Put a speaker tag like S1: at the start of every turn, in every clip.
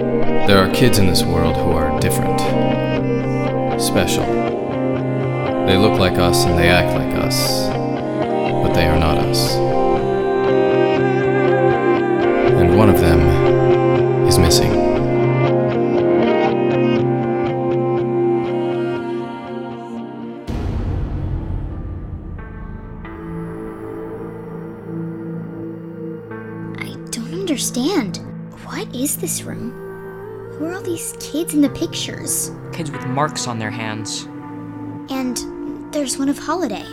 S1: are kids in this world who are different, special. They look like us and they act like us, but they are not us. And one of them is missing.
S2: I don't understand. What is this room? Who are all these kids in the pictures?
S3: Kids with marks on their hands.
S2: And there's one of Holiday.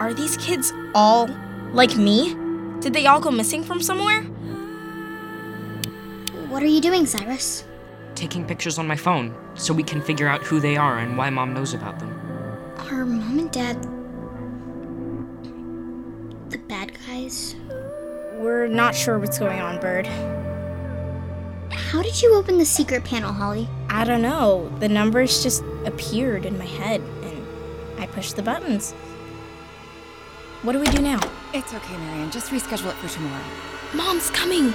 S4: Are these kids all like me? Did they all go missing from somewhere?
S2: What are you doing, Cyrus?
S3: Taking pictures on my phone so we can figure out who they are and why mom knows about them.
S2: Are mom and dad the bad guys?
S4: We're not sure what's going on, Bird.
S2: How did you open the secret panel, Holly?
S4: I don't know. The numbers just appeared in my head, and I pushed the buttons. What do we do now?
S5: It's okay, Marion. Just reschedule it for tomorrow.
S4: Mom's coming!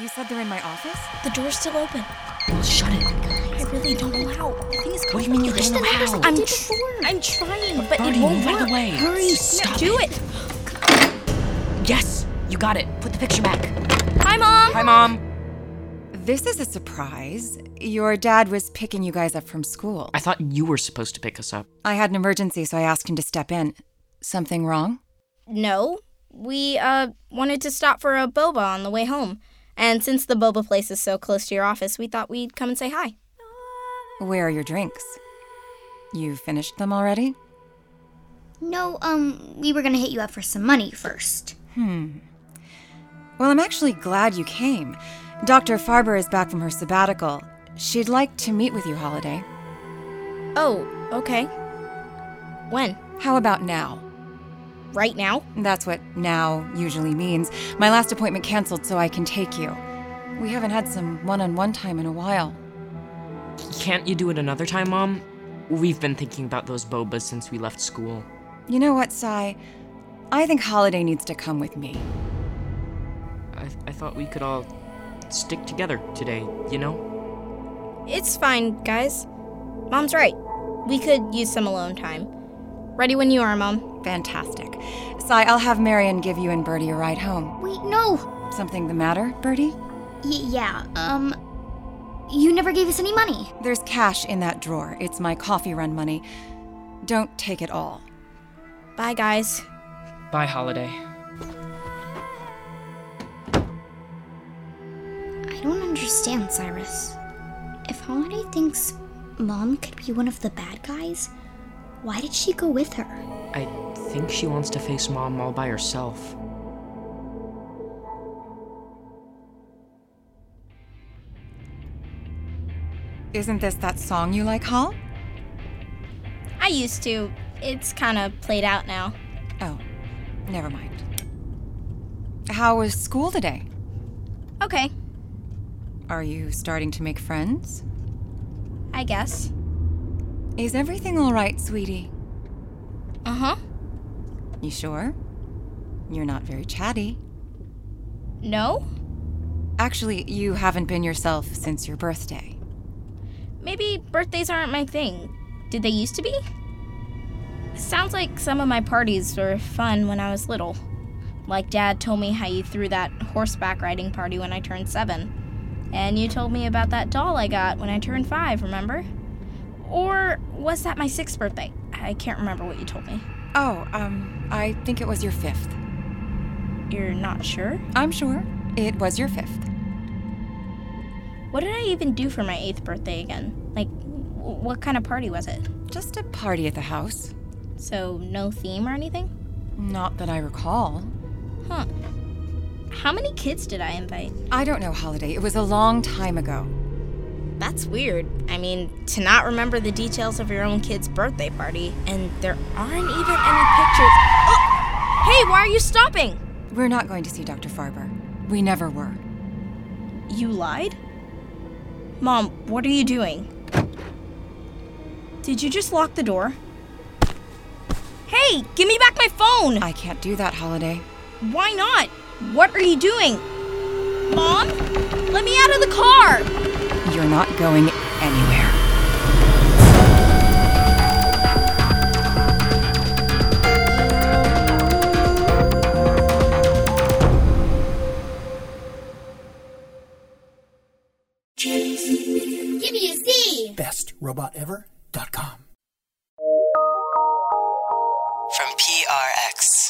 S5: You said they're in my office?
S4: The door's still open.
S3: We'll shut it.
S4: I really don't know how. I think it's
S3: What do you mean you
S2: Push
S3: don't
S2: the
S3: know
S2: numbers
S3: how?
S2: like
S4: I'm
S2: you did
S4: tr-
S2: before.
S4: I'm trying, but
S3: Barney,
S4: it won't
S3: move out
S4: work.
S3: of the way.
S4: Hurry,
S3: Stop
S4: do it.
S3: Yes, you got it. Put the picture back.
S4: Hi, Mom.
S3: Hi, mom.
S5: This is a surprise. Your dad was picking you guys up from school.
S3: I thought you were supposed to pick us up.
S5: I had an emergency, so I asked him to step in. Something wrong?
S4: No, we uh wanted to stop for a boba on the way home, and since the boba place is so close to your office, we thought we'd come and say hi.
S5: Where are your drinks? You finished them already?
S2: No, um, we were gonna hit you up for some money first.
S5: Well, I'm actually glad you came. Dr. Farber is back from her sabbatical. She'd like to meet with you, Holiday.
S4: Oh, okay. When?
S5: How about now?
S4: Right now?
S5: That's what now usually means. My last appointment canceled, so I can take you. We haven't had some one on one time in a while.
S3: Can't you do it another time, mom? We've been thinking about those bobas since we left school.
S5: You know what, Sai? I think Holiday needs to come with me.
S3: I, I thought we could all stick together today, you know?
S4: It's fine, guys. Mom's right. We could use some alone time. Ready when you are, Mom.
S5: Fantastic. Sai, I'll have Marion give you and Bertie a ride home.
S2: Wait, no!
S5: Something the matter, Bertie?
S2: Y- yeah, um, you never gave us any money.
S5: There's cash in that drawer. It's my coffee run money. Don't take it all.
S4: Bye, guys.
S3: Bye, Holiday.
S2: I don't understand, Cyrus. If Holiday thinks Mom could be one of the bad guys, why did she go with her?
S3: I think she wants to face mom all by herself.
S5: Isn't this that song you like, Hall?
S4: I used to. It's kind of played out now.
S5: Oh, never mind. How was school today?
S4: Okay,
S5: Are you starting to make friends?
S4: I guess.
S5: Is everything all right, sweetie?
S4: Uh huh.
S5: You sure? You're not very chatty.
S4: No?
S5: Actually, you haven't been yourself since your birthday.
S4: Maybe birthdays aren't my thing. Did they used to be? Sounds like some of my parties were fun when I was little. Like, Dad told me how you threw that horseback riding party when I turned seven. And you told me about that doll I got when I turned five, remember? Or was that my sixth birthday? I can't remember what you told me.
S5: Oh, um, I think it was your fifth.
S4: You're not sure?
S5: I'm sure it was your fifth.
S4: What did I even do for my eighth birthday again? Like, w- what kind of party was it?
S5: Just a party at the house.
S4: So, no theme or anything?
S5: Not that I recall.
S4: Huh. How many kids did I invite?
S5: I don't know, Holiday. It was a long time ago.
S4: That's weird. I mean, to not remember the details of your own kid's birthday party, and there aren't even any pictures. Oh! Hey, why are you stopping?
S5: We're not going to see Dr. Farber. We never were.
S4: You lied? Mom, what are you doing? Did you just lock the door? Hey, give me back my phone!
S5: I can't do that, Holiday.
S4: Why not? What are you doing? Mom? Let me out of the car!
S5: You're not going anywhere.
S2: Give me a C!
S6: bestrobotever.com.
S7: From PRX.